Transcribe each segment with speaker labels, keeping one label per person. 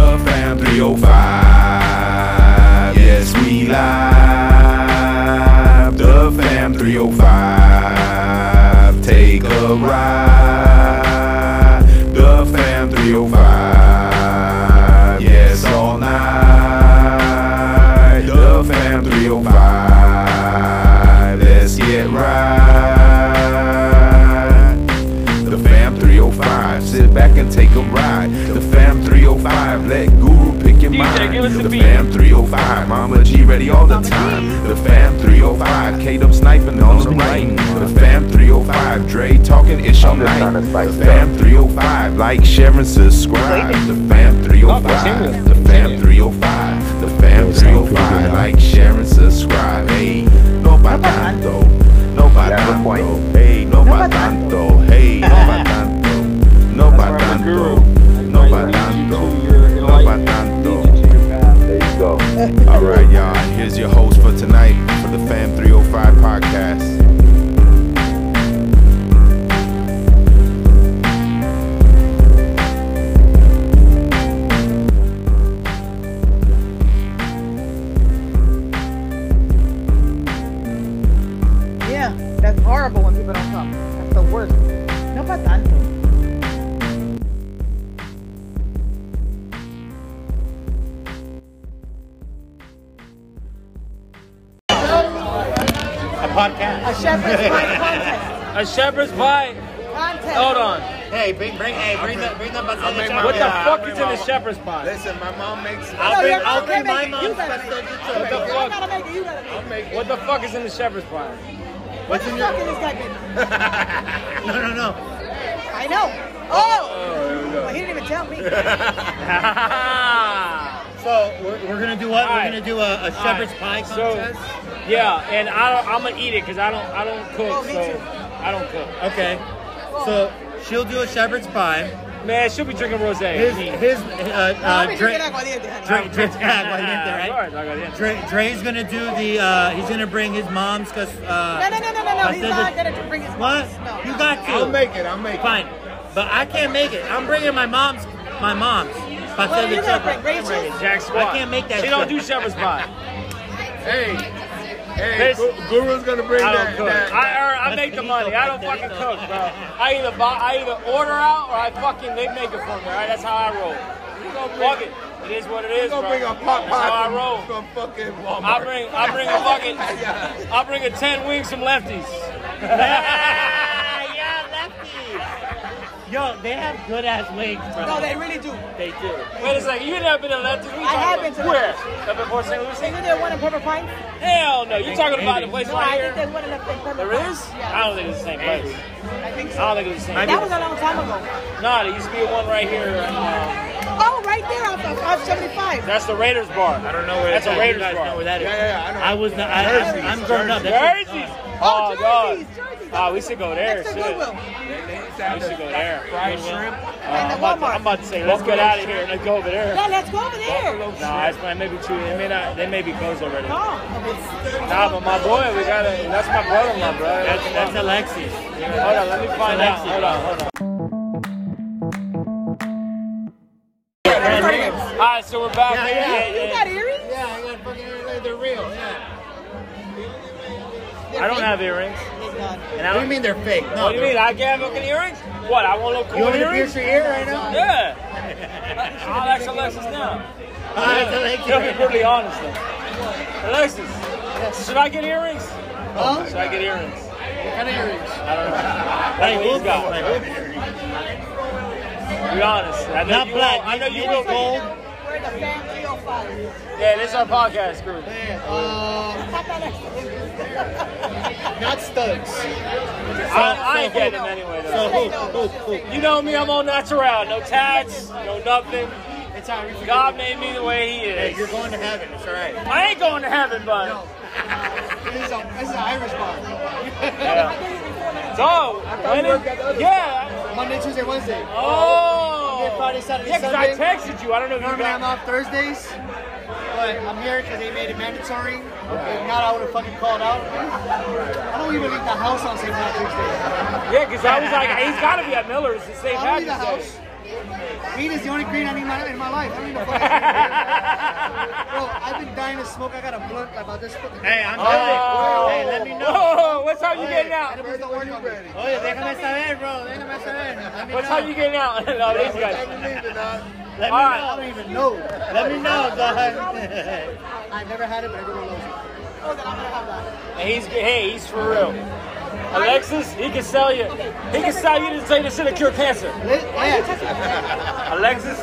Speaker 1: Jam 305. Yes, we live. The Fam 305. Take a ride. The Fam 305. Yes, all night. The Fam 305. Let's get right. The fam 305, sit back and take a ride. The fam 305, let Guru pick your
Speaker 2: DJ,
Speaker 1: mind.
Speaker 2: give us the
Speaker 1: the
Speaker 2: beat.
Speaker 1: fam 305, Mama G ready all the time. The fam 305, K Dub sniping on the right. The fam 305, Dre talking ish all night. The fam 305, like, share, and subscribe. The fam 305, the fam 305, the fam 305, like, share, and subscribe. Hey, no pa tanto, no pa tanto, hey, no pa tanto, hey, no pa tanto, no pa tanto, no pa tanto, no pa tanto. All right, y'all. Here's your host for tonight for the Fam 305 podcast.
Speaker 3: Yeah, that's horrible when people don't come. That's the worst. No pa tanto.
Speaker 4: A podcast.
Speaker 3: A shepherd's pie contest.
Speaker 2: A shepherd's pie.
Speaker 3: Contest.
Speaker 2: Hold on.
Speaker 4: Hey, bring, bring, hey, bring the, bring the
Speaker 1: make
Speaker 4: bazooka.
Speaker 1: my-
Speaker 2: What the
Speaker 1: Yeah,
Speaker 2: fuck is in the shepherd's pie?
Speaker 1: Listen, my mom makes.
Speaker 3: No,
Speaker 4: I'll bring,
Speaker 3: you're-
Speaker 4: I'll
Speaker 3: okay,
Speaker 4: bring my
Speaker 3: make it. You
Speaker 4: mom's
Speaker 3: better make it.
Speaker 4: pastel.
Speaker 2: the
Speaker 3: I
Speaker 2: fuck?
Speaker 3: gotta make it. You gotta make it.
Speaker 2: What the fuck is in the shepherd's pie?
Speaker 3: What the fuck is this guy getting?
Speaker 4: No, no, no.
Speaker 3: I know. Oh! Well, he didn't even tell me. Ah.
Speaker 4: So we're, we're gonna do what?
Speaker 2: Alright.
Speaker 4: We're gonna do a, a shepherd's pie
Speaker 2: Alright,
Speaker 4: contest.
Speaker 2: So, yeah, and I don't, I'm gonna eat it because I don't I don't cook.
Speaker 3: Oh, me
Speaker 2: so
Speaker 3: too.
Speaker 2: I don't cook.
Speaker 4: okay. So she'll do a shepherd's pie.
Speaker 2: Man, she'll be drinking rosé.
Speaker 4: His
Speaker 2: Me.
Speaker 4: his uh,
Speaker 3: I'll be
Speaker 4: uh, Dre,
Speaker 3: drinking aguardiente, honey.
Speaker 4: Dre, Dre,
Speaker 2: Of
Speaker 4: right?
Speaker 2: course, I got it.
Speaker 4: Dre, Dre's gonna do the. Uh, he's gonna bring his mom's. Cause, uh,
Speaker 3: No, no, no, no, no, no.
Speaker 4: I
Speaker 3: He's
Speaker 4: said
Speaker 3: not
Speaker 4: that-
Speaker 3: gonna bring his
Speaker 4: What?
Speaker 3: No.
Speaker 4: You got to.
Speaker 1: I'll make it. I'll make it.
Speaker 4: Fine, but I can't make it. I'm bringing my mom's. My mom's. Pastel
Speaker 3: Well,
Speaker 4: de
Speaker 3: you gotta
Speaker 4: choclo.
Speaker 3: bring Rachel's.
Speaker 2: Jack squat.
Speaker 4: I can't make that
Speaker 2: She don't
Speaker 4: shit.
Speaker 2: do shepherd's pie.
Speaker 1: Hey, hey,
Speaker 2: This-
Speaker 1: Gu- Guru's gonna bring
Speaker 2: I
Speaker 1: that.
Speaker 2: don't cook.
Speaker 1: that-
Speaker 2: I earn, I make the money. I don't fucking cook, bro. I either buy, I either order out or I fucking they make it for me. All right, that's how I roll. Fuck it. It is what it
Speaker 1: He's
Speaker 2: is, bro.
Speaker 1: gonna bring a pot
Speaker 2: That's how I
Speaker 1: pie
Speaker 2: roll.
Speaker 1: from, from fucking Walmart.
Speaker 2: I bring, I bring a fucking, I bring a ten wings from lefties.
Speaker 4: Yo, they have good ass wings, bro.
Speaker 3: No, they really do.
Speaker 4: They do.
Speaker 2: Wait a second, you never been to lefties? We
Speaker 3: I have
Speaker 2: talking
Speaker 3: been to
Speaker 2: about- Where? Up in Port St.
Speaker 3: They
Speaker 2: Lucie?
Speaker 3: do that one in Pepper Pines?
Speaker 2: Hell no. You talking about the place
Speaker 3: No, I
Speaker 2: right
Speaker 3: think
Speaker 2: here?
Speaker 3: there's one in Pepper Pines.
Speaker 2: There is? I
Speaker 3: Yeah.
Speaker 2: don't think it's the same place.
Speaker 3: I think
Speaker 2: I
Speaker 3: so.
Speaker 2: don't think it's the same.
Speaker 3: That was a long time ago.
Speaker 2: Nah, there used to be one right here. uh,
Speaker 3: Oh, right there off of 575.
Speaker 2: That's the Raiders bar. I don't know where that's
Speaker 4: That's
Speaker 2: a
Speaker 4: a
Speaker 2: Raiders
Speaker 4: guys know
Speaker 2: bar.
Speaker 4: where that is.
Speaker 1: Yeah, yeah, I know.
Speaker 4: I was not. I,
Speaker 1: Jersey's,
Speaker 4: I, am grown up. That's
Speaker 2: Jerseys.
Speaker 3: Oh,
Speaker 2: God.
Speaker 3: jerseys, jerseys.
Speaker 2: Ah, we should go there.
Speaker 3: Next to
Speaker 2: Shit.
Speaker 3: Goodwill.
Speaker 2: We should go there.
Speaker 1: Fried shrimp.
Speaker 2: Uh,
Speaker 3: And the
Speaker 2: I'm, about to,
Speaker 3: Walmart.
Speaker 2: I'm about to say, let's get out of here. Let's go over there.
Speaker 3: Yeah, let's go over there.
Speaker 2: Nah, that's might maybe too. They may not. They may be closed already.
Speaker 3: No.
Speaker 2: Nah, but my boy, we gotta. That's my brother-in-law, bro.
Speaker 4: that's, that's
Speaker 2: hold
Speaker 4: Alexis.
Speaker 2: on, let me find out.
Speaker 4: Alexis.
Speaker 2: Hold on, hold on.
Speaker 3: You
Speaker 2: All right, so we're back.
Speaker 4: Yeah,
Speaker 2: Yeah, yeah.
Speaker 3: got earrings?
Speaker 4: Yeah, I got fucking. They're real. Yeah.
Speaker 2: I don't have earrings.
Speaker 3: He's not.
Speaker 2: And I
Speaker 4: What do
Speaker 2: don't.
Speaker 4: you mean they're fake? No.
Speaker 2: What do you mean? I can't have fucking earrings? What? I want no
Speaker 4: You
Speaker 2: cool
Speaker 4: want me to
Speaker 2: earrings?
Speaker 4: pierce your ear right now?
Speaker 2: Yeah. I'll ask Alexis now.
Speaker 4: Ah, that's Alexis.
Speaker 2: He'll be brutally honest though. Alexis, should I get earrings?
Speaker 4: Huh?
Speaker 2: Should I get earrings?
Speaker 4: What kind of earrings?
Speaker 2: I don't know.
Speaker 4: Hey,
Speaker 2: That's what
Speaker 4: we'll
Speaker 2: he's got.
Speaker 4: go.
Speaker 2: Be honest. I know
Speaker 4: Not
Speaker 2: you
Speaker 4: black.
Speaker 2: Will, I know you
Speaker 4: Maybe
Speaker 2: will
Speaker 4: gold.
Speaker 2: go.
Speaker 3: We're in the fam 305.
Speaker 2: Yeah, this is our podcast group.
Speaker 4: Uh,
Speaker 3: Pop that next to
Speaker 4: not studs.
Speaker 2: I, I ain't
Speaker 4: so
Speaker 2: getting them anyway though.
Speaker 4: So who? Who?
Speaker 2: oh,
Speaker 4: Who?
Speaker 2: you know me, I'm all natural. No tats, no nothing.
Speaker 4: It's how you
Speaker 2: God made me the way He
Speaker 4: Hey, you're
Speaker 2: is.
Speaker 4: going to heaven. It's all right.
Speaker 2: I ain't going to heaven, but.
Speaker 4: This
Speaker 5: um,
Speaker 4: is, a, this is an Irish bar.
Speaker 2: So, when
Speaker 4: work
Speaker 2: is-
Speaker 4: at the other
Speaker 2: yeah.
Speaker 4: Monday, Tuesday, Wednesday.
Speaker 2: Oh.
Speaker 4: Monday, Friday, Saturday,
Speaker 2: yeah, 'cause I
Speaker 4: Sunday.
Speaker 2: texted you. I don't know if you
Speaker 4: Normally I'm
Speaker 2: got.
Speaker 4: off Thursdays, but I'm here because they made it mandatory. If not, I would have fucking called out. I don't even leave the house on St. Patrick's Day.
Speaker 2: Yeah, because I was like, he's got to be at Miller's to St.
Speaker 4: I don't leave the
Speaker 2: Patrick's Day.
Speaker 4: house.
Speaker 5: Weed is the only green I need in my, in my life. I don't need a fucking Bro, I've been dying to smoke. I got a blunt about this fucking.
Speaker 1: Hey, I'm
Speaker 2: Oh.
Speaker 1: Hey, let me know.
Speaker 2: Whoa, what's how you getting
Speaker 5: And
Speaker 2: out?
Speaker 5: it was the orange on me.
Speaker 1: Oye, déjame saber, bro. Déjame saber. Let me
Speaker 2: What's how
Speaker 1: know.
Speaker 2: you getting out? no, these guys.
Speaker 1: Let me
Speaker 2: All right.
Speaker 5: I
Speaker 1: know.
Speaker 5: don't even know.
Speaker 1: Let me know, dog.
Speaker 5: I've never had it, but everyone loves it.
Speaker 2: And he's hey, he's for real. Alexis, he can sell you. He can sell you to say this shit'll cure cancer.
Speaker 5: Lit- yeah.
Speaker 2: Alexis.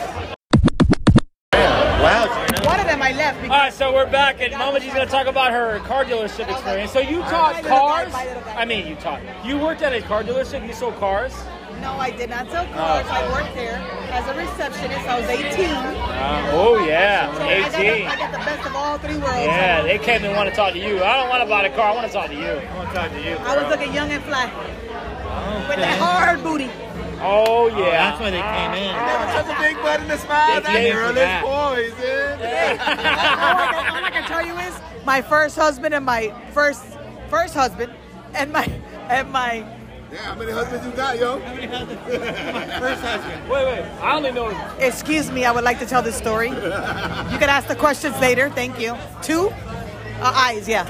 Speaker 3: One of them I left because
Speaker 2: All right, so we're back, and Mama G's gonna talk about her car dealership experience. So you taught cars. I mean, you taught. You worked at a car dealership. You sold cars.
Speaker 3: no, I did not sell cars. I worked there as a receptionist. I was 18.
Speaker 2: Uh, oh yeah,
Speaker 3: So I, got the,
Speaker 2: eighteen.
Speaker 3: I got the best of all three worlds.
Speaker 2: Yeah, they came and want to talk to you. I don't want to buy the car. I want to talk to you.
Speaker 1: I want to talk to you.
Speaker 3: I was looking young and fly with that hard booty.
Speaker 2: Oh yeah.
Speaker 1: That's why they came in.
Speaker 6: Such a big butt and a smile.
Speaker 1: They gave you that.
Speaker 6: poison.
Speaker 3: all, I can, all I can tell you is my first husband and my first first husband and my and my
Speaker 6: Yeah, how many husbands you got, yo?
Speaker 1: First husband.
Speaker 2: Wait, wait. I only know. All
Speaker 3: excuse me. I would like to tell this story. You can ask the questions later. Thank you. Two uh, eyes. Yeah,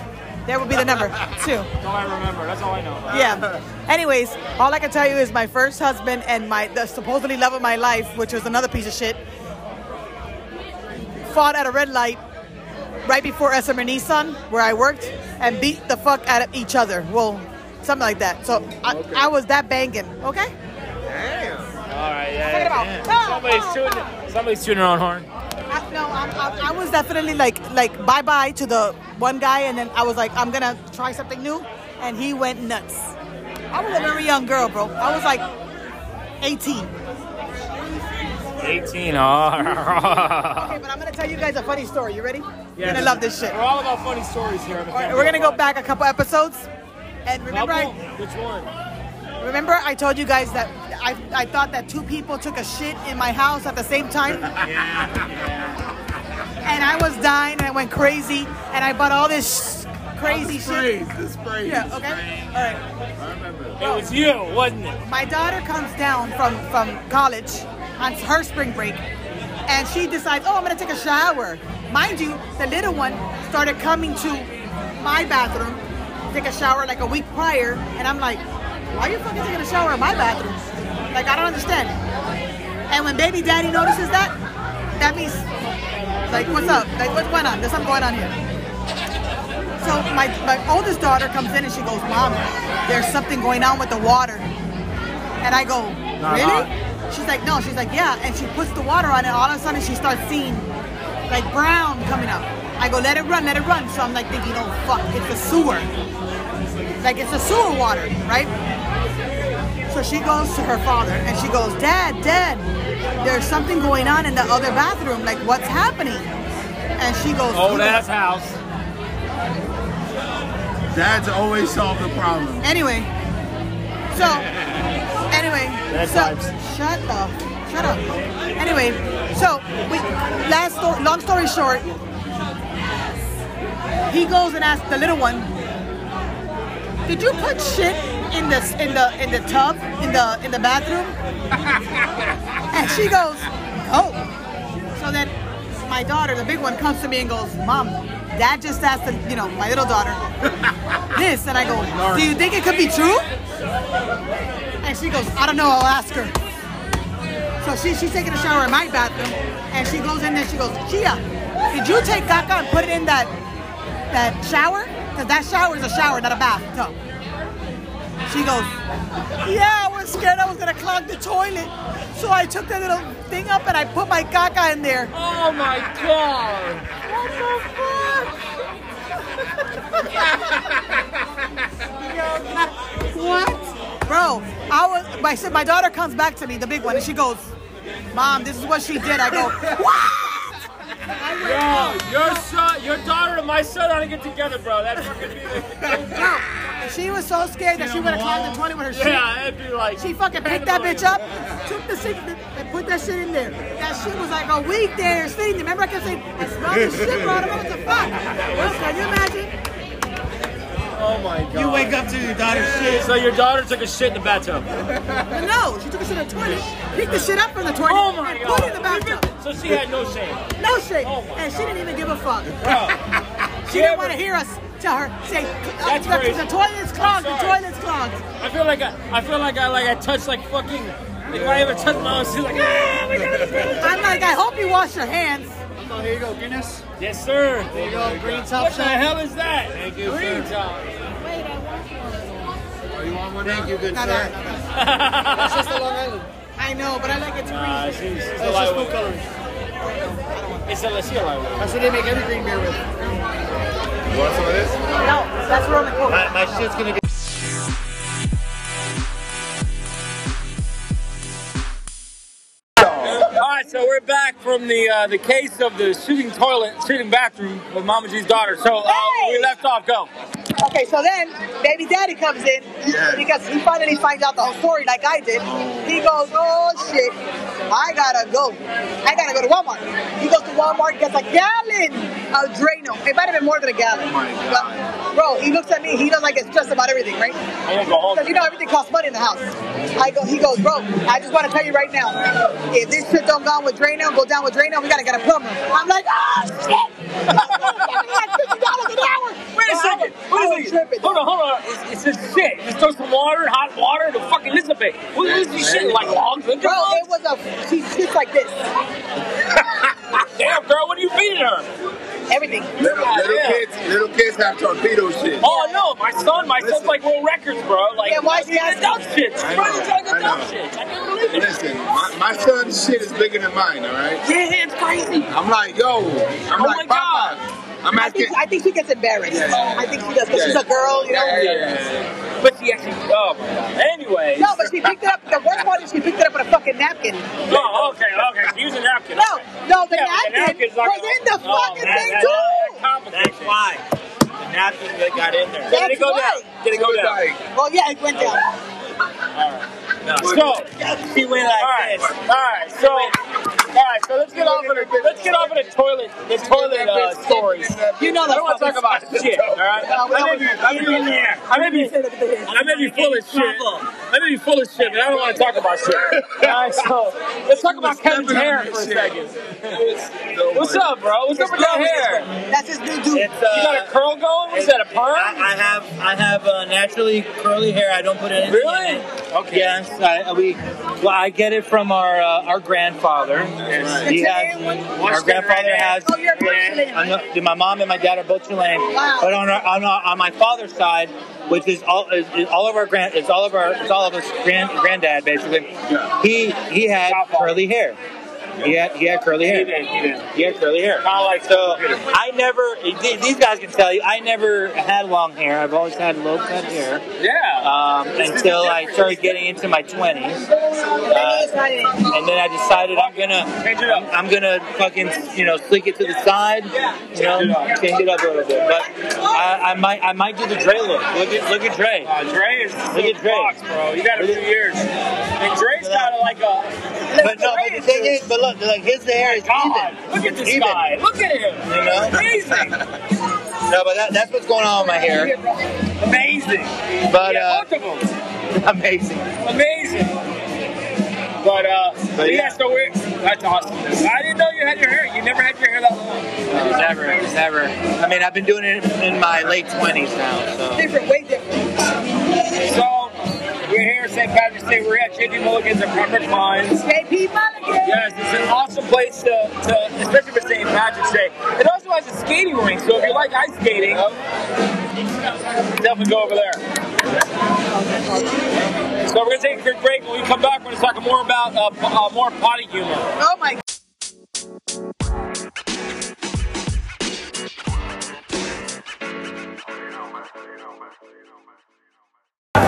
Speaker 3: there would be the number two.
Speaker 2: I remember. That's all I know.
Speaker 3: Yeah. Anyways, all I can tell you is my first husband and my the supposedly love of my life, which was another piece of shit, fought at a red light right before SMR Nissan, E, where I worked, and beat the fuck out of each other. Well, something like that. So I, I was that banging. Okay.
Speaker 2: All right.
Speaker 3: Talking
Speaker 2: Yeah.
Speaker 3: about Oh,
Speaker 2: yeah.
Speaker 3: pow,
Speaker 2: Somebody's
Speaker 3: pow,
Speaker 2: shooting. Somebody's shooting her own horn.
Speaker 3: I, no, I, I, I was definitely like like bye bye to the one guy, and then I was like, I'm gonna try something new, and he went nuts. I was a very young girl, bro. I was like 18.
Speaker 2: Eighteen. Oh.
Speaker 3: Okay, but I'm gonna tell you guys a funny story. You ready? You're
Speaker 2: Yes.
Speaker 3: gonna love this shit.
Speaker 2: We're all about funny stories here. on the
Speaker 3: Alright,
Speaker 2: Family
Speaker 3: we're gonna go
Speaker 2: Fun.
Speaker 3: back a couple episodes. And remember,
Speaker 2: Couple?
Speaker 3: I,
Speaker 2: Which one?
Speaker 3: remember, I told you guys that I, I thought that two people took a shit in my house at the same time. And I was dying, and I went crazy, and I bought all this sh- crazy shit.
Speaker 6: This phrase.
Speaker 3: Yeah. Okay. All right.
Speaker 2: It was you, wasn't it?
Speaker 3: My daughter comes down from from college on her spring break, and she decides, oh, I'm gonna take a shower. Mind you, the little one started coming to my bathroom, take a shower like a week prior, and I'm like, why are you fucking taking a shower in my bathroom? Like I don't understand. And when baby daddy notices that, that means like what's up? Like what's going on? There's something going on here. So my, my oldest daughter comes in and she goes, Mom, there's something going on with the water. And I go, Really? She's like, No. She's like, Yeah. And she puts the water on, and all of a sudden she starts seeing like brown coming up. I go, Let it run, let it run. So I'm like thinking, Oh fuck, it's a sewer. Like it's a sewer water, right? So she goes to her father and she goes, Dad, Dad, there's something going on in the other bathroom. Like, what's happening? And she goes,
Speaker 2: Old
Speaker 3: "You-
Speaker 2: ass house.
Speaker 6: Dads always solve the problem.
Speaker 3: Anyway, so anyway,
Speaker 2: Bad
Speaker 3: so
Speaker 2: vibes.
Speaker 3: shut up, shut up. Anyway, so we last sto- long story short, he goes and asks the little one, "Did you put shit in the in the in the tub in the in the bathroom?" and she goes, "Oh." So then my daughter, the big one, comes to me and goes, "Mom." Dad just asked, the, you know, my little daughter, this and I go, Do you think it could be true? And she goes, I don't know, I'll ask her. So she, she's taking a shower in my bathroom and she goes in there, she goes, Chia, did you take Kaka and put it in that that shower? Because that shower is a shower, not a bathtub. She goes, Yeah, I was scared I was gonna clog the toilet. So I took that little thing up and I put my caca in there.
Speaker 2: Oh my god.
Speaker 3: What the fuck? what? Bro, I was my so my daughter comes back to me, the big one, and she goes, Mom, this is what she did. I go, What?
Speaker 2: Yo, Oh, your son, your daughter and my son ought to get together, bro. That's fucking be the
Speaker 3: And she was so scared that she would have climbed the toilet with her shoes.
Speaker 2: Yeah, it'd be like
Speaker 3: She fucking picked that bitch up, took the shit and put that shit in there. That shit was like a week there sitting. Remember I kept saying, I smell this shit, bro. I don't know what the fuck. Bro, can you imagine?
Speaker 2: Oh my god.
Speaker 4: You wake up to your daughter's shit.
Speaker 2: So your daughter took a shit in the bathtub.
Speaker 3: No, she took a shit in the toilet, picked the shit up from the toilet,
Speaker 2: Oh my
Speaker 3: and
Speaker 2: god.
Speaker 3: put it in the bathtub.
Speaker 2: So she had no shame.
Speaker 3: No shit.
Speaker 2: Oh my
Speaker 3: and she didn't even give a fuck.
Speaker 2: Bro.
Speaker 3: She didn't want to hear us tell her, say, uh,
Speaker 2: That's
Speaker 3: the,
Speaker 2: crazy.
Speaker 3: the toilet's clogged, the
Speaker 2: I'm sorry.
Speaker 3: toilet's clogged.
Speaker 2: I feel like I, I feel like I like I touched like fucking like if I ever touched my own she's like ah my god.
Speaker 3: I'm like, I hope you wash your hands.
Speaker 5: So here you go, Guinness.
Speaker 2: Yes sir.
Speaker 5: Here you go, green top
Speaker 2: What the
Speaker 5: shot.
Speaker 2: hell is that? Thank you. Green top.
Speaker 4: Thank you, good
Speaker 3: No, no,
Speaker 4: sir.
Speaker 3: no, no.
Speaker 5: That's just a Long Island.
Speaker 3: I know, but I like it to
Speaker 2: Nah,
Speaker 3: read.
Speaker 2: she's, she's a
Speaker 5: That's just food
Speaker 2: lightweight.
Speaker 5: coloring.
Speaker 2: It's a let's see a lightweight.
Speaker 5: That's what they make every green beer with.
Speaker 6: You want some of this?
Speaker 3: No, that's Roman Coke.
Speaker 4: My, my shit's gonna get.
Speaker 2: All right, so we're back from the uh, the case of the shooting toilet, shooting bathroom with Mama G's daughter. So uh,
Speaker 3: Hey!
Speaker 2: we left off. Go.
Speaker 3: Okay, so then baby daddy comes in because he finally finds out the whole story like I did. He goes, oh shit, I gotta go. I gotta go to Walmart. He goes to Walmart, gets a gallon of Drano. It might have been more than a
Speaker 4: Oh
Speaker 3: gallon. But, bro, he looks at me, he does like it's just about everything, right?
Speaker 2: I want to go home.
Speaker 3: Because you know everything costs money in the house. I go, he goes, bro, I just want to tell you right now, if this shit don't go on with Drano, go down with Drano, we gotta get a plumber. I'm like, oh shit! $50 an hour.
Speaker 2: Wait a
Speaker 3: I was-
Speaker 2: second.
Speaker 3: I was
Speaker 2: Wait a second.
Speaker 3: tripping.
Speaker 2: Hold on, hold on. It's, it's just shit. Just throw some water, hot water, to fucking Elizabeth. What is this shit like logs? Look
Speaker 3: Bro,
Speaker 2: at logs?
Speaker 3: it was a she just like this.
Speaker 2: Damn, girl, what are you feeding her?
Speaker 3: Everything.
Speaker 6: Little, little
Speaker 2: Yeah.
Speaker 6: kids, little kids have torpedo shit.
Speaker 2: Oh no, my son, my son's
Speaker 6: Listen.
Speaker 2: like world records, bro. Like,
Speaker 3: Yeah, why is he
Speaker 2: he's
Speaker 3: asking?
Speaker 2: dumb shit. She's
Speaker 6: I
Speaker 2: running
Speaker 6: know,
Speaker 2: trying to
Speaker 6: I
Speaker 2: dumb
Speaker 6: know.
Speaker 2: shit. I can't believe it.
Speaker 6: Listen, my, my son's shit is bigger than mine. All right.
Speaker 2: Yeah, it's crazy.
Speaker 6: I'm like, yo. I'm
Speaker 2: Oh my
Speaker 6: like,
Speaker 2: God.
Speaker 6: Papa. I'm
Speaker 3: I
Speaker 6: asking.
Speaker 3: think I think she gets embarrassed.
Speaker 6: Yeah.
Speaker 3: I think she does because
Speaker 6: Yeah.
Speaker 3: she's a girl, you know.
Speaker 6: Yeah, yeah, yeah,
Speaker 2: But she actually, oh my god. Anyways.
Speaker 3: No, but she picked it up. The worst part is she picked it up with a fucking napkin.
Speaker 2: Oh, okay, okay. Use a napkin.
Speaker 3: No,
Speaker 2: okay.
Speaker 3: no, the
Speaker 2: Yeah, but
Speaker 3: napkin
Speaker 2: napkin's not
Speaker 3: was
Speaker 2: gonna-
Speaker 3: in the
Speaker 2: Oh,
Speaker 3: fucking
Speaker 2: that-
Speaker 3: thing
Speaker 2: that- that
Speaker 3: too.
Speaker 2: complicates
Speaker 4: That's
Speaker 2: it.
Speaker 4: why. The napkin that got in there.
Speaker 2: Did it go down?
Speaker 3: That's why.
Speaker 2: Did it go
Speaker 6: yeah.
Speaker 2: down?
Speaker 6: Like,
Speaker 3: Well, yeah, it went down.
Speaker 2: So
Speaker 4: She went like
Speaker 2: Alright,
Speaker 4: this.
Speaker 2: alright, so alright, so let's get off of the let's get off of the toilet the toilet uh, stories.
Speaker 3: You know
Speaker 2: I don't want to
Speaker 3: fucking-
Speaker 2: talk about shit, alright? I may be I may be I may be I may be full of shit. I may be full of shit, but I don't want to talk about shit. Alright, so let's talk about Kevin's hair for a second. What's up, bro? What's up with your hair?
Speaker 3: That's his new dude.
Speaker 4: It's
Speaker 2: You got a
Speaker 4: uh.
Speaker 2: curl going? What is that, a perm?
Speaker 4: I, I have I have uh, naturally curly hair. I don't put anything
Speaker 2: Really?
Speaker 4: in it. Okay. Yes, I, we. Well, I get it from our uh, our grandfather.
Speaker 3: The
Speaker 4: He has,
Speaker 3: Chilean one?
Speaker 4: our grandfather has.
Speaker 3: Oh, you're a Chilean.
Speaker 4: I'm not- my mom and my dad are both Chilean.
Speaker 3: Wow.
Speaker 4: But on our, on, our, on my father's side, which is all is, is all of our grand, it's all of our it's all of us grand, granddad basically. He he had curly hair. He had he had curly hair. He had curly hair.
Speaker 2: I like
Speaker 4: So I never. th- These guys can tell you. I never had long hair. I've always had low cut hair
Speaker 2: Yeah.
Speaker 4: um, until I started getting into my twenties,
Speaker 3: Maybe it's not in it.
Speaker 4: and then I decided I'm gonna
Speaker 2: Change it up.
Speaker 4: I'm gonna fucking you know slick it to the side, you know, change it up a little bit. But I, I might I might do the Dre look. Look at look at Dre.
Speaker 2: Uh, Dre is
Speaker 4: Look at Dre.
Speaker 2: Fox, bro. You got a few years. And Dre's got a, like a
Speaker 4: But no, but the thing is, but look, like his hair is
Speaker 2: God.
Speaker 4: even.
Speaker 2: Look at this
Speaker 4: Even.
Speaker 2: guy. Look at him.
Speaker 4: You know?
Speaker 2: Amazing.
Speaker 4: No, but that, that's what's going on with my hair.
Speaker 2: Amazing.
Speaker 4: But
Speaker 2: yeah,
Speaker 4: uh,
Speaker 2: both of them.
Speaker 4: amazing.
Speaker 2: Amazing. But uh, but yeah,
Speaker 4: yeah.
Speaker 2: so we're, that's awesome. I didn't know you had your hair. You never had your hair that long.
Speaker 4: Never, never. I mean, I've been doing it in my late twenties now. So.
Speaker 3: Different, way different.
Speaker 2: So we're here at St. Patrick's Day. We're at JD Mulligan's and Robert Pines.
Speaker 3: JP Mulligan.
Speaker 2: Yes, it's an awesome place to, to especially for St. Patrick's Day. It also has a skating rink, so if you like ice skating, definitely go over there. So we're gonna take a quick break. When we come back, we're gonna talk more about uh, p- uh, more potty humor.
Speaker 3: Oh my god.
Speaker 2: All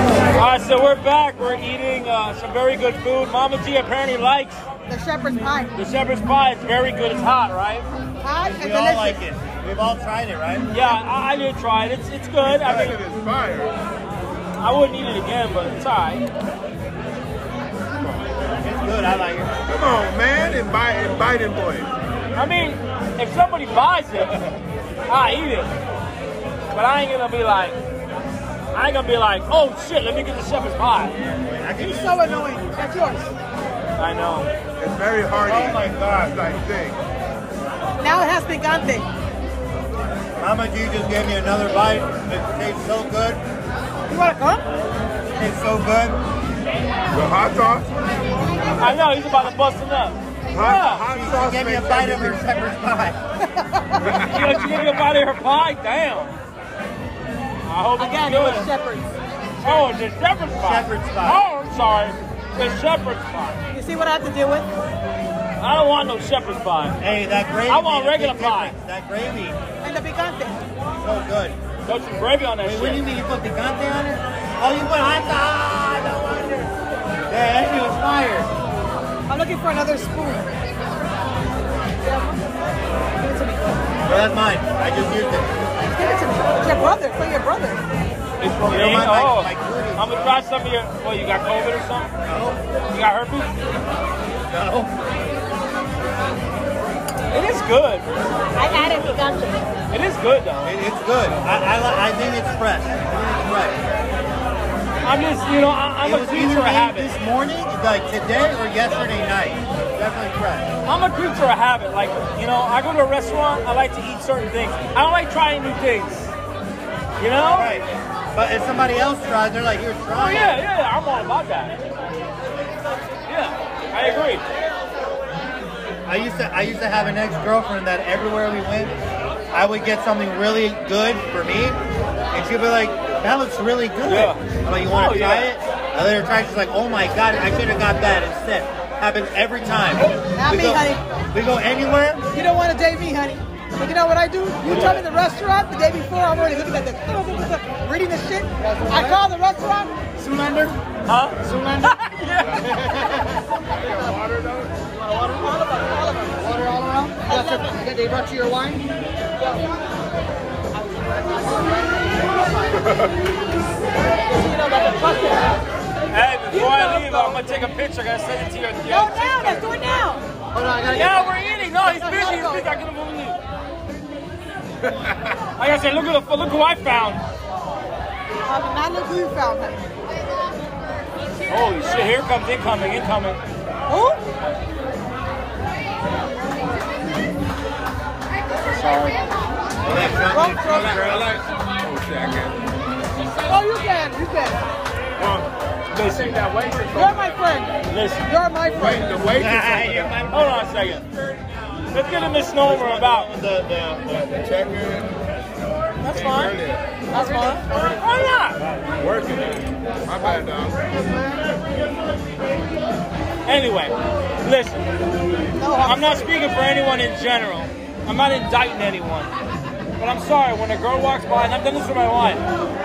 Speaker 2: right, so we're back. We're eating uh, some very good food. Mama G apparently likes
Speaker 3: The shepherd's pie.
Speaker 2: the shepherd's pie. It's very good. It's hot, right?
Speaker 3: Hot and
Speaker 4: We all
Speaker 3: delicious.
Speaker 4: like it. We've all tried it, right?
Speaker 2: Yeah, I, I did try it. It's it's good. I mean,
Speaker 6: is fire.
Speaker 2: I wouldn't eat it again, but it's alright.
Speaker 4: It's good. I like it.
Speaker 6: Come on, man, and bite and biting boy.
Speaker 2: I mean, if somebody buys it, I eat it. But I ain't gonna be like, I ain't gonna be like, oh shit, let me get the shepherd's pie.
Speaker 3: You're so annoying. That's yours.
Speaker 2: I know.
Speaker 6: It's very hardy.
Speaker 4: Oh my God.
Speaker 6: Like thing.
Speaker 3: Now it has picante.
Speaker 4: Mama G just gave me another bite. It tastes so good.
Speaker 3: You wanna come?
Speaker 4: It's so good.
Speaker 6: The hot sauce,
Speaker 2: I know, he's about to bust it up.
Speaker 6: hot,
Speaker 4: She
Speaker 6: hot
Speaker 4: just
Speaker 6: sauce
Speaker 4: gave me a
Speaker 6: makes
Speaker 4: bite of her
Speaker 6: everything.
Speaker 4: shepherd's pie.
Speaker 2: You know, she gave me a bite of her pie? Damn. I hope it's
Speaker 3: Again, it
Speaker 2: good.
Speaker 3: was shepherds.
Speaker 2: Oh, it's a shepherd's pie.
Speaker 4: Shepherd's pie.
Speaker 2: Oh, I'm sorry. The shepherd's pie.
Speaker 3: You see what I have to deal with?
Speaker 2: I don't want no shepherd's pie.
Speaker 4: Hey, that gravy.
Speaker 2: I want
Speaker 4: is a big
Speaker 2: regular pie.
Speaker 4: difference. That gravy, is
Speaker 3: And the picante.
Speaker 4: so good.
Speaker 2: Throw some gravy on that
Speaker 4: Wait, what do you
Speaker 2: shit.
Speaker 4: mean you put picante on it? Oh, you put hot sauce on it. Yeah, that shit was fire.
Speaker 3: I'm looking for another spoon. Yeah. Give it to me.
Speaker 4: Well, that's mine. I just used it.
Speaker 3: Give it to me. It's your brother. For your brother.
Speaker 2: It's for
Speaker 4: You know,
Speaker 2: me.
Speaker 4: my- my-
Speaker 2: Oh,
Speaker 4: my cooties.
Speaker 2: I'm gonna try some of your. Well, you got COVID or something?
Speaker 4: No,
Speaker 2: You got herpes?
Speaker 4: no.
Speaker 2: It is good.
Speaker 3: I added picante.
Speaker 2: It is good though.
Speaker 4: It, it's good. I, I, li- I think it's fresh. I think it's fresh.
Speaker 2: I'm just, you know, I, I'm
Speaker 4: It
Speaker 2: a
Speaker 4: was either
Speaker 2: creature of
Speaker 4: made
Speaker 2: habit.
Speaker 4: this morning, like today, or yesterday night. Definitely fresh.
Speaker 2: I'm a creature of habit. Like, you know, I go to a restaurant, I like to eat certain things. I don't like trying new things. You know?
Speaker 4: Right. But if somebody else tries, they're like, you're
Speaker 2: Oh
Speaker 4: trying.
Speaker 2: yeah, yeah, yeah, I'm all about that. Yeah, I agree.
Speaker 4: I used to I used to have an ex girlfriend that everywhere we went, I would get something really good for me, and she'd be like, "That looks really good."
Speaker 2: Yeah.
Speaker 4: I'm like, "You want
Speaker 2: Oh,
Speaker 4: to try
Speaker 2: yeah.
Speaker 4: it?" I let her try. it. She's like, "Oh my god, I should have got that instead." Happens every time.
Speaker 3: Not
Speaker 4: we
Speaker 3: me,
Speaker 4: go,
Speaker 3: honey.
Speaker 4: We go anywhere.
Speaker 3: You don't want to date me, honey. But you know what I do? You tell me the restaurant the day before. I'm already looking at the reading the shit. I call the restaurant.
Speaker 4: Zoolander.
Speaker 2: Huh?
Speaker 4: Zoolander.
Speaker 5: Water all around? You got some- you got- They brought you your wine?
Speaker 3: You know, like a bucket.
Speaker 2: Hey, before I leave, I'm gonna take a picture. I gotta send it to your.
Speaker 3: Go now. Let's do it now.
Speaker 5: Hold on, I gotta get
Speaker 2: Yeah, we're eating. No, he's busy. He's busy. I couldn't move him. Like I said, look at the look who I found.
Speaker 3: Um, and I look who you found, honey.
Speaker 2: Holy shit! Here comes incoming, incoming.
Speaker 3: Who?
Speaker 4: Relax, relax, relax.
Speaker 6: Oh shit, I got
Speaker 3: Oh, you can. You can.
Speaker 2: Listen,
Speaker 3: You're my friend.
Speaker 2: listen.
Speaker 3: You're my friend.
Speaker 6: the waitress.
Speaker 4: You're my
Speaker 2: Hold on a second. Let's get a misnomer about.
Speaker 4: The, the,
Speaker 6: The checker
Speaker 3: That's fine. That's fine.
Speaker 2: Why not?
Speaker 6: working. My bad, dog.
Speaker 2: Anyway, listen.
Speaker 3: No,
Speaker 2: I'm
Speaker 3: I'm
Speaker 2: not speaking for anyone in general. I'm not indicting anyone. But I'm sorry, when a girl walks by, and I've done this in my life,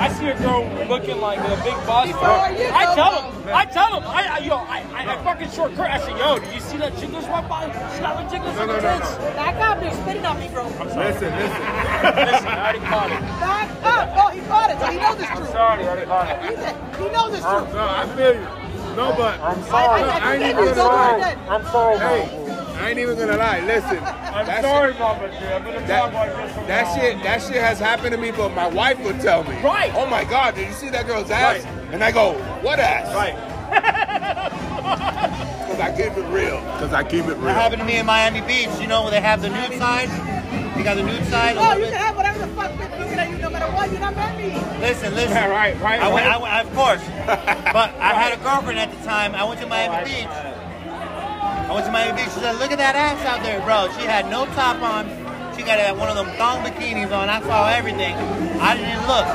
Speaker 2: I see a girl looking like with a big bust.
Speaker 3: Before you
Speaker 2: I
Speaker 3: go
Speaker 2: tell them, I tell them, I, I yo, I, I, I fucking short cur. I say, yo, did you see that chick just walked by? She got ridiculous
Speaker 6: No, no, no, no.
Speaker 2: tits.
Speaker 3: back up. You're spitting on me, bro.
Speaker 6: Listen, listen.
Speaker 2: Listen, I already caught it.
Speaker 3: Back up. Oh, he caught it. So he knows it's
Speaker 2: I'm
Speaker 3: true.
Speaker 2: sorry, I already caught it.
Speaker 3: He said- He knows it's true.
Speaker 6: No, I feel you. No, but
Speaker 2: I'm
Speaker 3: I,
Speaker 2: sorry.
Speaker 6: No, I
Speaker 3: I, I,
Speaker 6: ain't
Speaker 3: I,
Speaker 6: even
Speaker 3: you don't
Speaker 6: lying.
Speaker 3: that.
Speaker 2: I'm sorry,
Speaker 6: hey,
Speaker 2: bro.
Speaker 6: I ain't even gonna lie. Listen,
Speaker 2: I'm
Speaker 6: that
Speaker 2: sorry,
Speaker 6: Shit,
Speaker 2: Mama G. I'm gonna talk like this
Speaker 6: that,
Speaker 2: from
Speaker 6: that
Speaker 2: now
Speaker 6: shit,
Speaker 2: on.
Speaker 6: that shit has happened to me, but my wife would tell me.
Speaker 2: Right.
Speaker 6: Oh my God, did you see that girl's ass?
Speaker 2: Right.
Speaker 6: And I go, what ass?
Speaker 2: Right.
Speaker 6: Because I keep it real. Because I keep it real.
Speaker 4: that happened to me in Miami Beach. You know where they have the nude side. You got the nude side. a
Speaker 3: Oh,
Speaker 4: little
Speaker 3: you
Speaker 4: bit-
Speaker 3: can have whatever the fuck bitch looking at you no matter what. You're not married.
Speaker 4: Listen, listen.
Speaker 2: Yeah, right, right,
Speaker 4: I went,
Speaker 2: right.
Speaker 4: I went, of course. But I had a girlfriend at the time. I went to
Speaker 6: Oh,
Speaker 4: Miami
Speaker 2: I-
Speaker 4: Beach. I went to Miami Beach. She said, "Look at that ass out there, bro." She had no top on. She got uh, one of them thong bikinis on. I saw everything. I didn't look.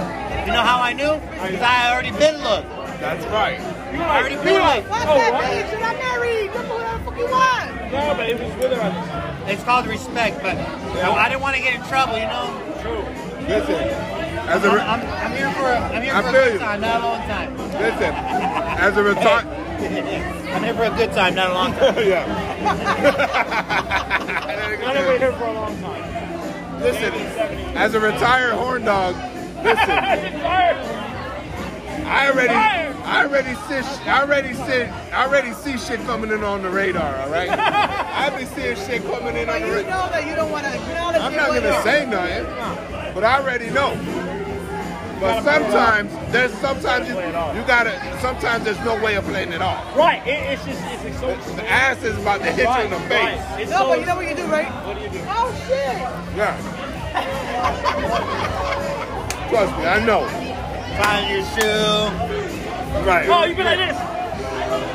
Speaker 4: You know how I knew? Because I had already been looked.
Speaker 6: That's right.
Speaker 2: You
Speaker 4: I
Speaker 2: like,
Speaker 4: already
Speaker 2: you
Speaker 4: been
Speaker 2: like,
Speaker 4: like,
Speaker 3: Fuck
Speaker 2: oh,
Speaker 3: that
Speaker 2: what?
Speaker 3: bitch. You're not married. You can do whatever the fuck you want.
Speaker 2: No, but it was with her on this.
Speaker 4: it's called respect. But I, I didn't want to get in trouble, you know.
Speaker 6: Listen, as a
Speaker 4: I'm,
Speaker 6: re-
Speaker 4: I'm, I'm here for a, I'm here
Speaker 6: I
Speaker 4: for a
Speaker 6: feel
Speaker 4: good
Speaker 6: you.
Speaker 4: time, not a long time.
Speaker 6: listen, as a retarded,
Speaker 4: I'm here for a good time, not a long time.
Speaker 6: yeah.
Speaker 2: I never been here for a long time.
Speaker 6: Listen, as a retired horn dog, listen.
Speaker 2: Fire!
Speaker 6: I already,
Speaker 2: Fire!
Speaker 6: I already see, sh- I already see, I already see shit coming in on the radar. All right, I've been seeing shit coming in
Speaker 3: But
Speaker 6: on the
Speaker 3: you
Speaker 6: radar.
Speaker 3: know that you don't want to acknowledge
Speaker 6: I'm
Speaker 3: it
Speaker 6: not
Speaker 3: when
Speaker 6: gonna
Speaker 3: you're-
Speaker 6: say nothing, but I already know. But sometimes there's sometimes you, you gotta sometimes there's no way of playing it off.
Speaker 2: Right. It, it's just it's like so.
Speaker 6: The ass is about to hit you in the face.
Speaker 2: Right. It's
Speaker 3: No,
Speaker 2: so,
Speaker 3: but you know what you do, right?
Speaker 2: what do you do?
Speaker 3: Oh shit!
Speaker 6: Yeah. Trust me, I know.
Speaker 4: Find your shoe.
Speaker 6: Right.
Speaker 2: Oh, you've been like this.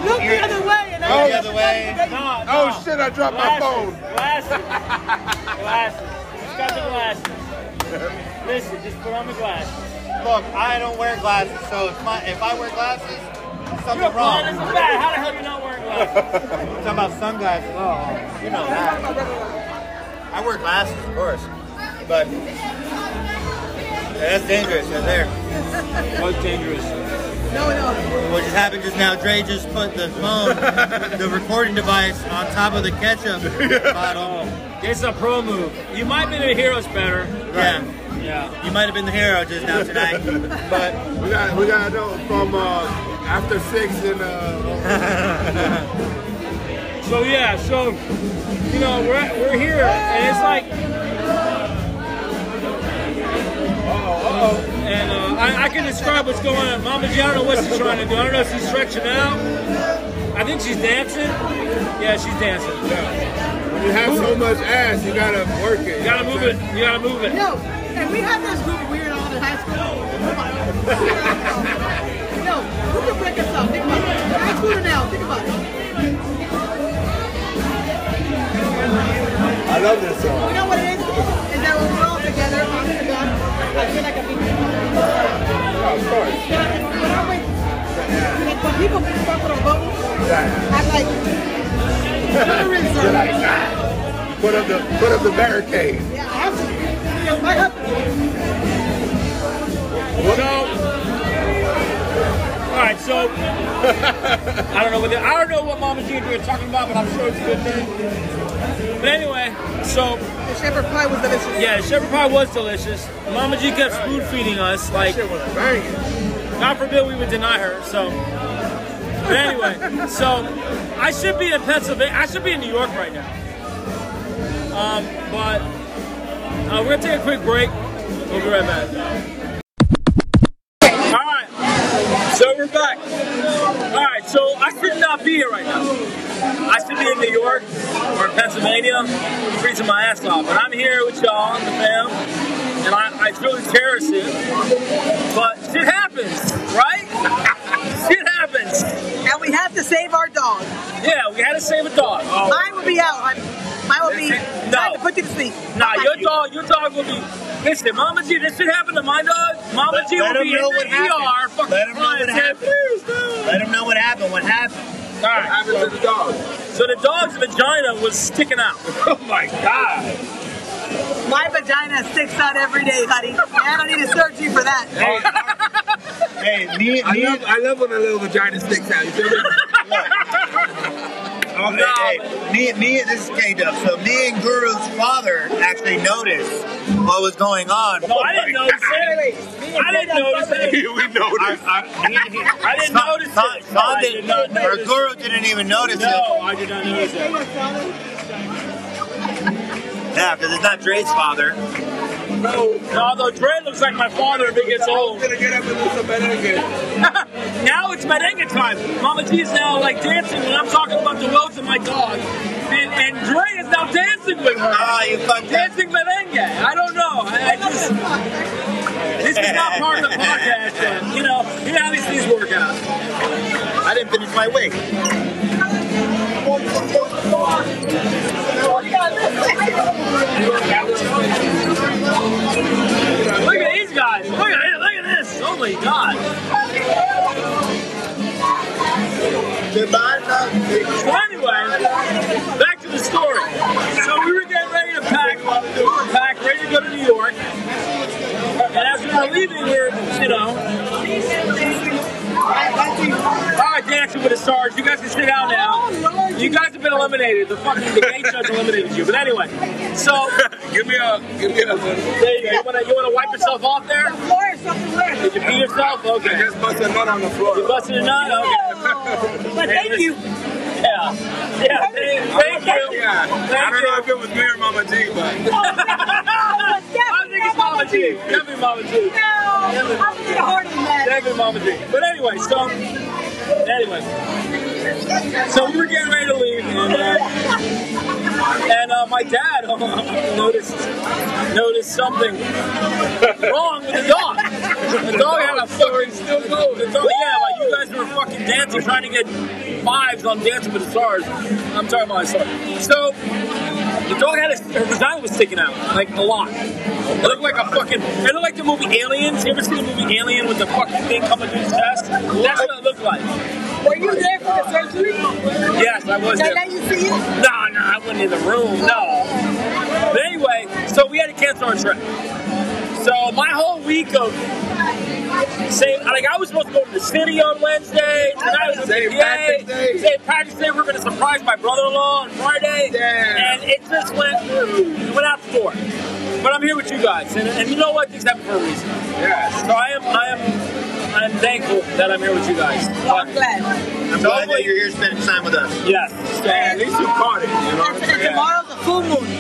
Speaker 3: Look the other way, and
Speaker 6: Oh.
Speaker 3: I
Speaker 6: The
Speaker 4: other way.
Speaker 2: Nah,
Speaker 6: Oh,
Speaker 2: nah.
Speaker 6: shit, I dropped my phone.
Speaker 2: Glasses. Glasses. Just got the glasses. Listen, just put on the glasses.
Speaker 4: Look, I don't wear glasses, so if my if I wear glasses,
Speaker 2: You're
Speaker 4: something
Speaker 2: blind
Speaker 4: wrong.
Speaker 2: as a bat. How the hell you not wearing glasses?
Speaker 4: I'm talking about sunglasses. Oh, you know that. I wear glasses, of course, but that's dangerous right there.
Speaker 2: What's dangerous?
Speaker 3: No, no.
Speaker 4: What just happened just now, Dre just put the phone, the recording device, on top of the ketchup bottle.
Speaker 2: It's a pro move. You might be the heroes better.
Speaker 4: Yeah,
Speaker 2: Yeah.
Speaker 4: you might have been the hero just now tonight, but
Speaker 6: We got we got to know from uh, after six and uh,
Speaker 2: So yeah. So you know we're at, we're here, and it's like. Uh-oh, uh-oh. And uh, I, I can describe what's going on. Mama G, I don't know what she's trying to do. I don't know if she's stretching out. I think she's dancing. Yeah, she's dancing.
Speaker 6: you have so much ass, you gotta work it.
Speaker 2: You gotta move it. You gotta move it.
Speaker 3: Yo, and we had this group weird on in high school. Come on. Yo, who can break us up? Think about it. High school to now, think about it.
Speaker 6: I love this song.
Speaker 3: You know what it is? Is that when we're all together, honest to God, I feel like a big
Speaker 6: Oh, of course.
Speaker 3: When I'm with, like, when people fuck with our bubbles, I'm like, terrorism.
Speaker 6: You're like, nah. Put up the put up the barricade.
Speaker 3: Yeah, I have to. Yo, my husband,
Speaker 2: So, all right. So, I don't know what the, I don't know what Mama G and Dre are talking about, but I'm sure it's a good thing. But anyway, so
Speaker 3: the shepherd pie was delicious.
Speaker 2: yeah, shepherd pie was delicious. Mama G kept spoon feeding us. Like,
Speaker 6: Bang.
Speaker 2: God forbid we would deny her. So, but anyway, so I should be in Pennsylvania. I should be in New York right now. Um, but uh, we're gonna take a quick break. We'll be right back. All right, so we're back. All right, so I should not be here right now. I should be in New York or Pennsylvania, freezing my ass off. But I'm here with y'all and the fam, and I, I truly cherish it. But shit happens, right? shit happens.
Speaker 3: And we have to save our dog.
Speaker 2: Yeah, we had to save a dog. Oh,
Speaker 3: Mine will be out, honey. Mine will be
Speaker 2: No.
Speaker 3: time to put you to sleep.
Speaker 2: nah,
Speaker 3: How
Speaker 2: your
Speaker 3: about you?
Speaker 2: dog, your dog will be. Listen, Mama G, this shit happened to my dog. Mama G
Speaker 4: let
Speaker 2: will
Speaker 4: him
Speaker 2: be in
Speaker 4: know
Speaker 2: the
Speaker 4: what happened.
Speaker 2: ER. Fucking
Speaker 4: Let him know
Speaker 2: crying,
Speaker 4: what
Speaker 2: saying,
Speaker 4: happened.
Speaker 2: "Please, dog."
Speaker 4: let them know what happened. What happened?
Speaker 2: All right.
Speaker 6: Happened to the dog.
Speaker 2: So the dog's vagina was sticking out. Oh my god.
Speaker 3: My vagina sticks out every day, honey. And I don't need a surgery for that.
Speaker 4: Hey, me,
Speaker 6: I
Speaker 4: me,
Speaker 6: love I love when a little vagina sticks out. You feel me?
Speaker 4: Oh, hey, hey. Me, me, this is K Dub. So me and Guru's father actually noticed what was going on.
Speaker 2: No, I didn't notice it. I didn't notice it.
Speaker 6: we know
Speaker 4: I,
Speaker 6: this.
Speaker 4: I, he, he,
Speaker 2: I didn't
Speaker 4: Tom-
Speaker 2: notice
Speaker 4: Tom-
Speaker 2: it.
Speaker 4: Tom
Speaker 2: No, I
Speaker 4: didn't-
Speaker 2: did not
Speaker 4: or
Speaker 2: notice.
Speaker 4: Guru didn't even notice
Speaker 2: No, I did not notice it.
Speaker 4: it. Yeah, because it's not Dre's father.
Speaker 6: No,
Speaker 2: No, although Dre looks like my father if he gets
Speaker 6: I'm
Speaker 2: old.
Speaker 6: gonna get up and do some better again.
Speaker 2: now it's merengue time. Mama G is now like dancing when I'm talking about the loads of my dog. And, and Dre is now dancing with her.
Speaker 4: Ah, you fucked up.
Speaker 2: dancing merengue. I don't know. I, I just. This is not part of the podcast, then. You know, you know how these things work out.
Speaker 4: I didn't finish my wig.
Speaker 2: Look at these guys. Look at, look at this. Oh my god.
Speaker 4: Goodbye, Tom.
Speaker 2: So anyway, back to the story. So we were getting ready to pack, we were packed, ready to go to New York. And as we were leaving, we were, you know, all right, dancing with the stars. You guys can sit down now. You guys have been eliminated. The fucking the game judge eliminated you. But anyway, so
Speaker 6: Give me a, give me a. I
Speaker 2: there you go. You wanna, you wanna wipe yourself off there?
Speaker 3: Or something worse.
Speaker 2: Did you pee yourself? Okay.
Speaker 6: just busted nut on the
Speaker 2: You
Speaker 6: floor.
Speaker 2: busted a nut? Okay.
Speaker 3: But thank you.
Speaker 2: Yeah. Yeah. Thank you.
Speaker 6: Yeah. I
Speaker 2: Thank
Speaker 6: don't know
Speaker 2: you.
Speaker 6: if it was me or Mama G, but
Speaker 2: I think it's Mama G. Definitely Mama G.
Speaker 3: No. I'm in the horny, man.
Speaker 2: Definitely Mama D. But anyway, so anyway, so we were getting ready to leave, and uh, and uh, my dad noticed noticed something wrong with the dog. The dog had a fucking still going. The dog, yeah, like you guys were fucking dancing, trying to get vibes on Dancing with the Stars. I'm talking about stars. So the dog had his, her vagina was sticking out, like a lot. It looked like a fucking. It looked like the movie Aliens. You ever see the movie Alien with the fucking thing coming through his chest? That's what it looked like.
Speaker 3: Were you there for the surgery?
Speaker 2: Yes, I was
Speaker 3: They
Speaker 2: there.
Speaker 3: let you see it?
Speaker 2: No, no, I wasn't in the room. No. But anyway, so we had to cancel our trip. So my whole week of say like I was supposed to go to the city on Wednesday. Tonight was St. Patrick's Day. St. Patrick's Day. We're going to surprise my brother-in-law on Friday, and it just went it went out the door. But I'm here with you guys, and, and you know what? Things happen for a reason. Yes. So I am I am I am thankful that I'm here with you guys.
Speaker 3: Well, I'm glad.
Speaker 4: I'm glad that you're here spending time with us.
Speaker 2: Yes.
Speaker 3: at least you
Speaker 2: caught it.
Speaker 3: And and tomorrow's a full moon.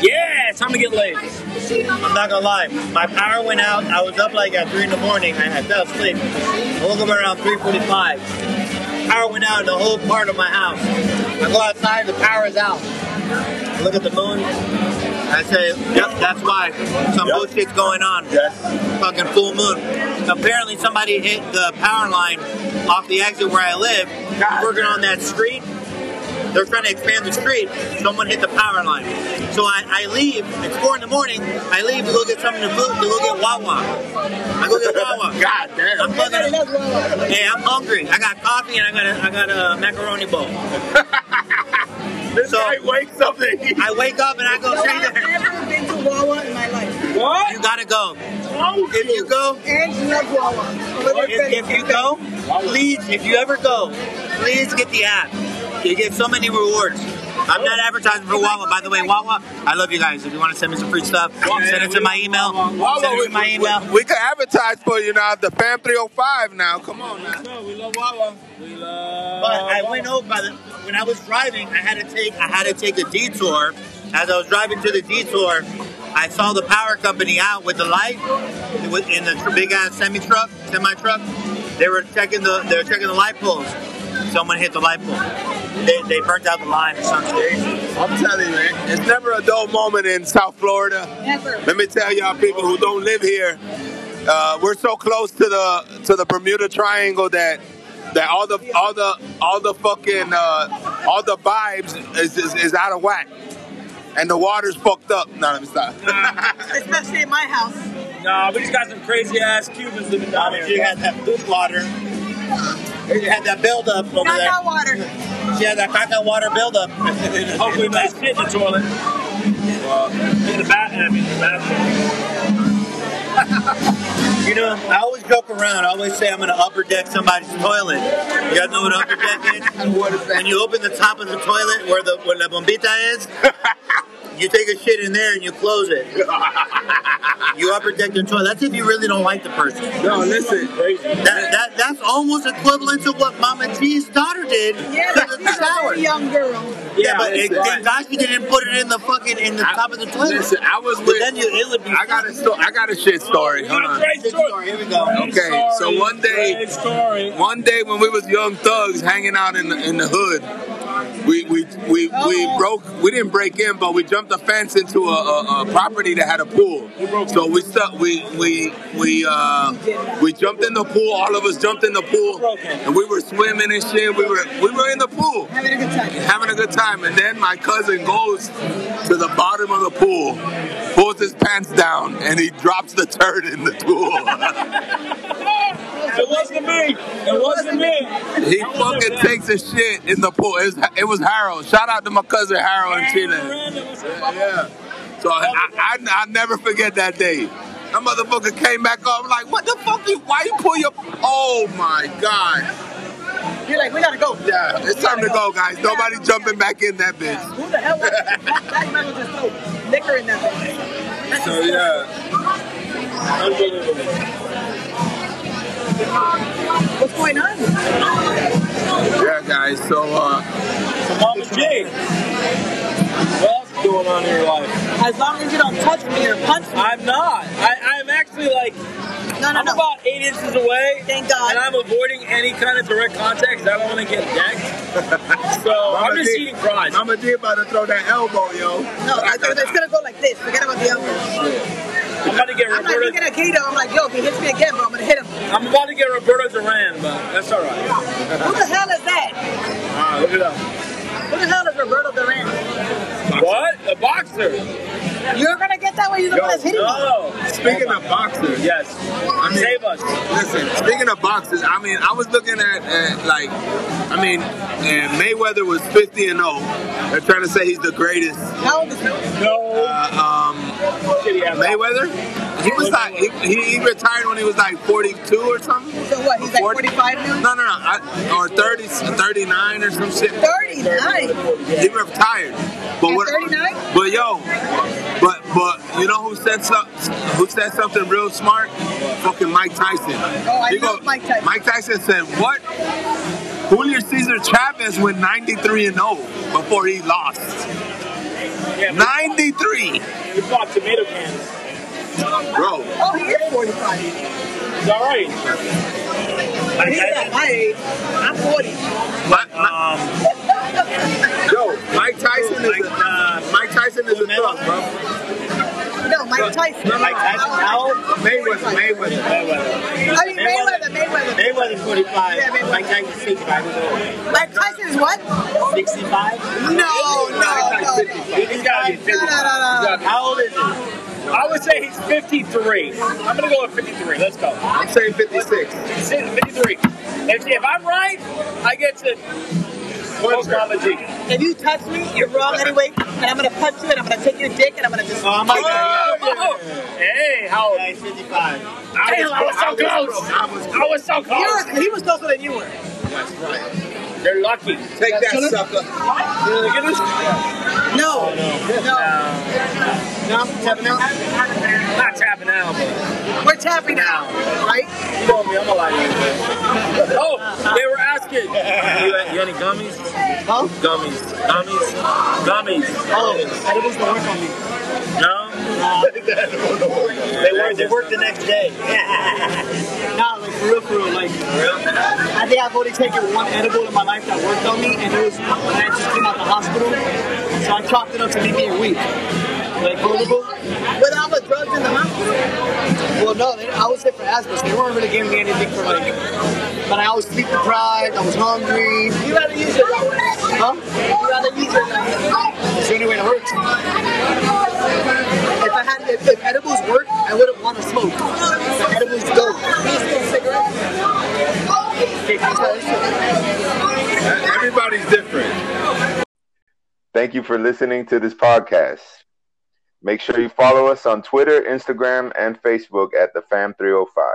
Speaker 2: Yeah, it's time to get laid.
Speaker 4: I'm not gonna lie, my power went out. I was up like at three in the morning. I, I fell asleep. I woke up around 3:45. Power went out in the whole part of my house. I go outside, the power is out. I look at the moon. I say, yep, that's why some bullshit's going on. Fucking full moon. Apparently somebody hit the power line off the exit where I live. Working on that street. They're trying to expand the street. Someone hit the power line. So I, I leave. It's four in the morning. I leave to go get something to food to go get Wawa. I go get Wawa. God damn. I'm fucking. Hey, I'm hungry. I got coffee and I got a, I got a macaroni bowl. so I wake something. I wake up and I go.
Speaker 3: I've
Speaker 4: "Trina,
Speaker 3: never been to Wawa in my life.
Speaker 4: You gotta go. If you go,
Speaker 3: And love Wawa. But it's better.
Speaker 4: if, if you go, please, if you ever go, please get the app. You get so many rewards. I'm not advertising for Wawa. By the way, Wawa, I love you guys. If you want to send me some free stuff, send it to my email. Send it to my email.
Speaker 6: We could advertise for you now. The Fam 305 now. Come on now.
Speaker 4: But I went over by the when I was driving, I had to take I had to take a detour. As I was driving to the detour, I saw the power company out with the light It was in the big ass semi truck, semi truck. They were checking the they were checking the light poles. Someone hit the light pole. They, they burnt out the line or something.
Speaker 6: I'm telling you, man. It's never a dull moment in South Florida.
Speaker 3: Never.
Speaker 6: Let me tell y'all, people who don't live here, uh, we're so close to the to the Bermuda Triangle that that all the all the all the fucking uh, all the vibes is, is, is out of whack, and the water's fucked up. No, let me stop.
Speaker 3: Especially in my house.
Speaker 2: Nah, we just got some crazy ass Cubans living down
Speaker 4: Obviously,
Speaker 2: here.
Speaker 4: you had that boot water. You had that buildup over
Speaker 3: Not
Speaker 4: there.
Speaker 3: that water.
Speaker 4: She had that coconut water buildup.
Speaker 2: Hopefully, not shit in the toilet. in the bathroom, I mean, the bathroom.
Speaker 4: You know, I always joke around. I always say I'm going to upper deck somebody's toilet. You guys know what upper deck is? And you open the top of the toilet where the where la bombita is. You take a shit in there and you close it. You upper deck the toilet. That's if you really don't like the person.
Speaker 6: No, listen.
Speaker 4: That, that that's almost equivalent to what Mama T's daughter did
Speaker 3: Yeah,
Speaker 4: in the
Speaker 3: she's a
Speaker 4: shower.
Speaker 3: very
Speaker 4: Yeah,
Speaker 3: young girl.
Speaker 4: but it, thank God she didn't put it in the fucking in the top of the toilet.
Speaker 6: Listen, I was
Speaker 4: but
Speaker 6: with.
Speaker 4: then you, it would be.
Speaker 6: I got a sto- I got a shit story. Hold on.
Speaker 2: Great story.
Speaker 4: Here we go.
Speaker 6: Okay, so
Speaker 2: Sorry.
Speaker 6: one day-
Speaker 2: Great story.
Speaker 6: One day when we was young thugs hanging out in the, in the hood, we we, we, we
Speaker 3: Oh.
Speaker 6: broke we didn't break in, but we jumped the fence into a, a, a property that had a pool. So we stuck we we we uh, we jumped in the pool. All of us jumped in the pool, and we were swimming and shit. We were we were in the pool
Speaker 3: Having a good time.
Speaker 6: having a good time, and then my cousin goes to the bottom of the pool, pulls his pants down, and he drops the turd in the pool.
Speaker 2: It wasn't me. It wasn't me.
Speaker 6: He fucking takes a shit in the pool. It was, it was Harold. Shout out to my cousin Harold and Chile. Yeah. So I, I, I never forget that day. That motherfucker came back up. I'm like, what the fuck? You, why you pull your? Oh my god.
Speaker 3: You're like, we gotta go.
Speaker 6: Yeah, it's time to go, guys. Nobody jumping back in that bitch.
Speaker 3: Who the hell was that? That man was just so liquor in that thing.
Speaker 6: So yeah,
Speaker 3: What's going on?
Speaker 6: yeah, guys. So uh,
Speaker 2: Mama G. What else is going on in your life?
Speaker 3: As long as you don't touch me or punch me.
Speaker 2: I'm not. I, I'm actually like
Speaker 3: No, no,
Speaker 2: I'm
Speaker 3: no.
Speaker 2: about eight inches away.
Speaker 3: Thank God.
Speaker 2: And I'm avoiding any kind of direct contact because I don't want to get decked. so I'm just
Speaker 6: D-
Speaker 2: eating fries.
Speaker 6: Mama D about to throw that elbow, yo.
Speaker 3: No, I thought it's gonna go like this. Forget about the elbow.
Speaker 2: I'm about to get
Speaker 3: I'm like
Speaker 2: Roberto.
Speaker 3: thinking of Kato. I'm like, yo, if he hits me again, bro, I'm gonna hit him.
Speaker 2: I'm about to get Roberto Duran, but that's all right.
Speaker 3: Who the hell is that?
Speaker 2: All right, look it up.
Speaker 3: Who the hell is Roberto Duran?
Speaker 2: What? A boxer?
Speaker 3: You're gonna get that way. You're the one that's hitting me.
Speaker 2: No.
Speaker 6: Speaking of boxers,
Speaker 2: Yes.
Speaker 6: I mean-
Speaker 2: Save us.
Speaker 6: Listen, speaking of boxers, I mean, I was looking at, at like, I mean, and Mayweather was 50 and 0. They're trying to say he's the greatest.
Speaker 3: How old is he?
Speaker 2: No.
Speaker 6: Uh, um,
Speaker 2: Shitty ass
Speaker 6: Mayweather? He was like, he, he- he retired when he was like 42 or something.
Speaker 3: So what? He's like 45
Speaker 6: No,
Speaker 3: now.
Speaker 6: no, no. I, or 30, 39 or some shit.
Speaker 3: 39.
Speaker 6: He retired. But
Speaker 3: At
Speaker 6: what?
Speaker 3: 39?
Speaker 6: But yo, but but you know who said some, who said something real smart? Fucking Mike Tyson.
Speaker 3: Oh, I
Speaker 6: He
Speaker 3: love Mike Tyson.
Speaker 6: Mike Tyson said what? Julio Cesar Chavez went 93 and 0 before he lost.
Speaker 2: Yeah,
Speaker 6: 93,
Speaker 2: we bought tomato cans.
Speaker 6: bro.
Speaker 3: Oh, he is 45.
Speaker 2: It's all right.
Speaker 3: He's at my age. I'm 40.
Speaker 6: My- my- yo, Mike Tyson is a, Mike Tyson is a thug, bro.
Speaker 3: No, Mike Tyson.
Speaker 6: Mike Tyson,
Speaker 3: how old?
Speaker 6: Mayweather, Mayweather.
Speaker 3: I mean, Mayweather, Mayweather.
Speaker 7: Mayweather 45.
Speaker 3: Yeah, Mayweather.
Speaker 7: Mike Tyson 65 years
Speaker 3: Mike Tyson is what?
Speaker 7: old. 65?
Speaker 3: No, no, no.
Speaker 2: He's got to be 50.
Speaker 3: No, no, no, no.
Speaker 7: How old is he?
Speaker 2: I would say he's 53. I'm going to go with 53. Let's go.
Speaker 6: I'm saying 56.
Speaker 2: He's sitting 53. If, if I'm right, I get to post Mama G.
Speaker 3: If you touch me, you're wrong anyway, and I'm gonna punch you, and I'm gonna take your dick, and I'm gonna just.
Speaker 7: Oh, I'm like,
Speaker 2: Oh,
Speaker 7: yeah.
Speaker 2: oh, Hey, how old?
Speaker 7: Yeah, he's 55.
Speaker 2: Damn, I was so close. I was, so close.
Speaker 3: You're, he was closer than you were.
Speaker 2: They're lucky.
Speaker 6: Take that, sucker.
Speaker 3: No, no.
Speaker 4: Now I'm tapping out.
Speaker 2: Not tapping out. but-
Speaker 3: We're tapping now, right?
Speaker 2: You know me, I'm a liar. Oh, they were asking. You, you any gummies?
Speaker 4: Huh?
Speaker 2: Gummies. Gummies. Gummies.
Speaker 4: Oh, edibles don't work on me.
Speaker 2: No?
Speaker 7: They work, they work the next day.
Speaker 4: Nah, like for real, for real. Like, I think I've only taken one edible in my life that worked on me, and it was when I just came out the hospital. So I chopped it up to make me a week. Like, vulnerable.
Speaker 3: With all the drugs in the hospital.
Speaker 4: Well, no, they, I was hit for asthma, so they weren't really giving me anything for like. But I was sleep deprived. I was hungry.
Speaker 3: You rather use your. You
Speaker 4: Huh?
Speaker 3: rather use your. If
Speaker 4: It's the only way to hurt.
Speaker 3: I had to.
Speaker 4: If, if edibles work, I wouldn't want to smoke. But edibles don't.
Speaker 3: These little cigarettes.
Speaker 6: Everybody's different.
Speaker 8: Thank you for listening to this podcast. Make sure you follow us on Twitter, Instagram, and Facebook at the Fam 305.